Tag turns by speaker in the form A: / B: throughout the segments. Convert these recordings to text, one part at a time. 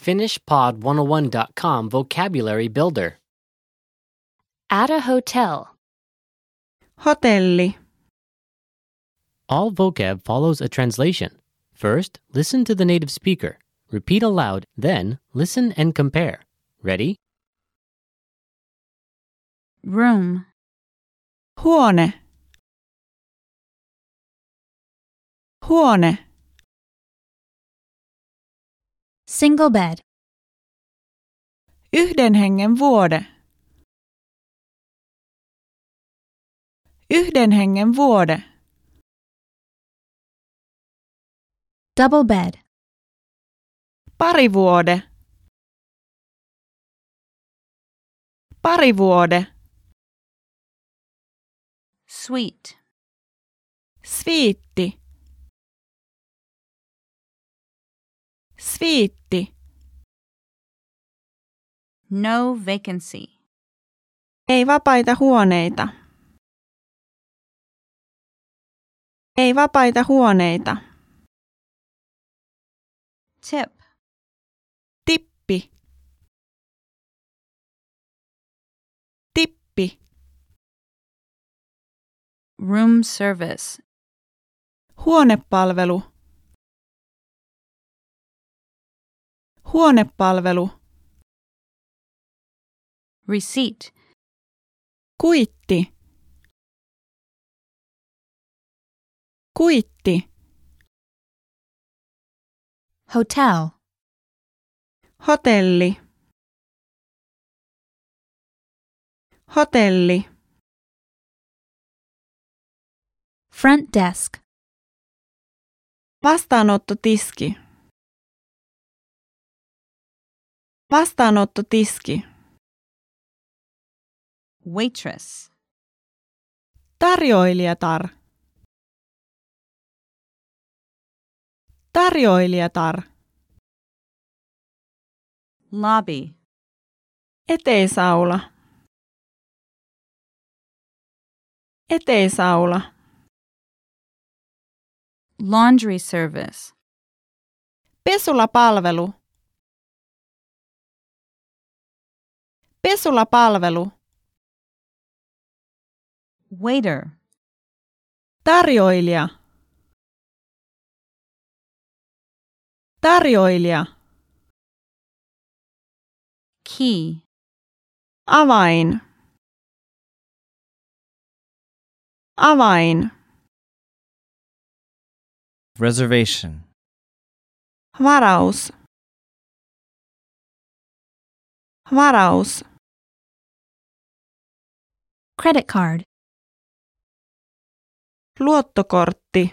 A: FinishPod101.com Vocabulary Builder.
B: At a hotel.
C: Hotelli.
A: All vocab follows a translation. First, listen to the native speaker. Repeat aloud, then, listen and compare. Ready?
C: Room. Huone. Huone.
B: Single bed.
C: Yhden hengen vuode. Yhden hengen vuode.
B: Double bed.
C: Pari vuode. Pari vuode.
B: Suite.
C: Sviitti. Sviitti.
B: No vacancy.
C: Ei vapaita huoneita. Ei vapaita huoneita.
B: Tip.
C: Tippi. Tippi.
B: Room service.
C: Huonepalvelu. Huonepalvelu.
B: Receipt.
C: Kuitti. Kuitti.
B: Hotel.
C: Hotelli. Hotelli.
B: Front desk.
C: Vastaanottotiski. Vastaanottotiski.
B: Waitress.
C: Tarjoilijatar. Tarjoilijatar.
B: Lobby.
C: Eteisaula. Eteisaula.
B: Laundry service.
C: Pesulapalvelu. Pesulapalvelu.
B: Waiter.
C: Tarjoilija. Tarjoilija.
B: Key.
C: Avain. Avain.
D: Reservation.
C: Varaus. Varaus.
B: Credit card.
C: Luottokortti.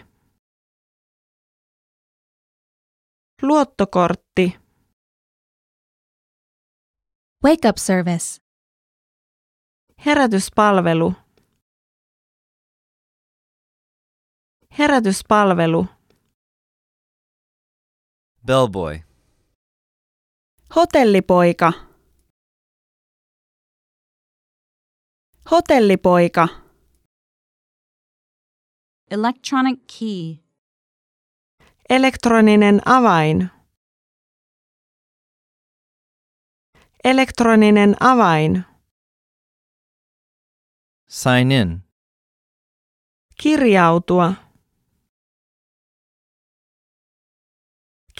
C: Luottokortti.
B: Wake up service.
C: Herätyspalvelu. Herätyspalvelu.
D: Bellboy.
C: Hotellipoika. Hotellipoika.
B: Electronic key.
C: Elektroninen avain. Elektroninen avain.
D: Sign in.
C: Kirjautua.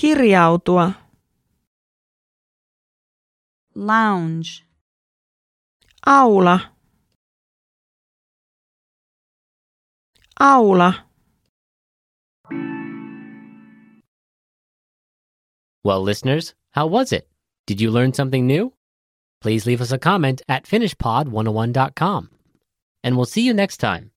C: Kirjautua.
B: Lounge.
C: Aula. Aula.
A: Well, listeners, how was it? Did you learn something new? oh Please leave us a comment at finishpod101.com. And we'll see you next time.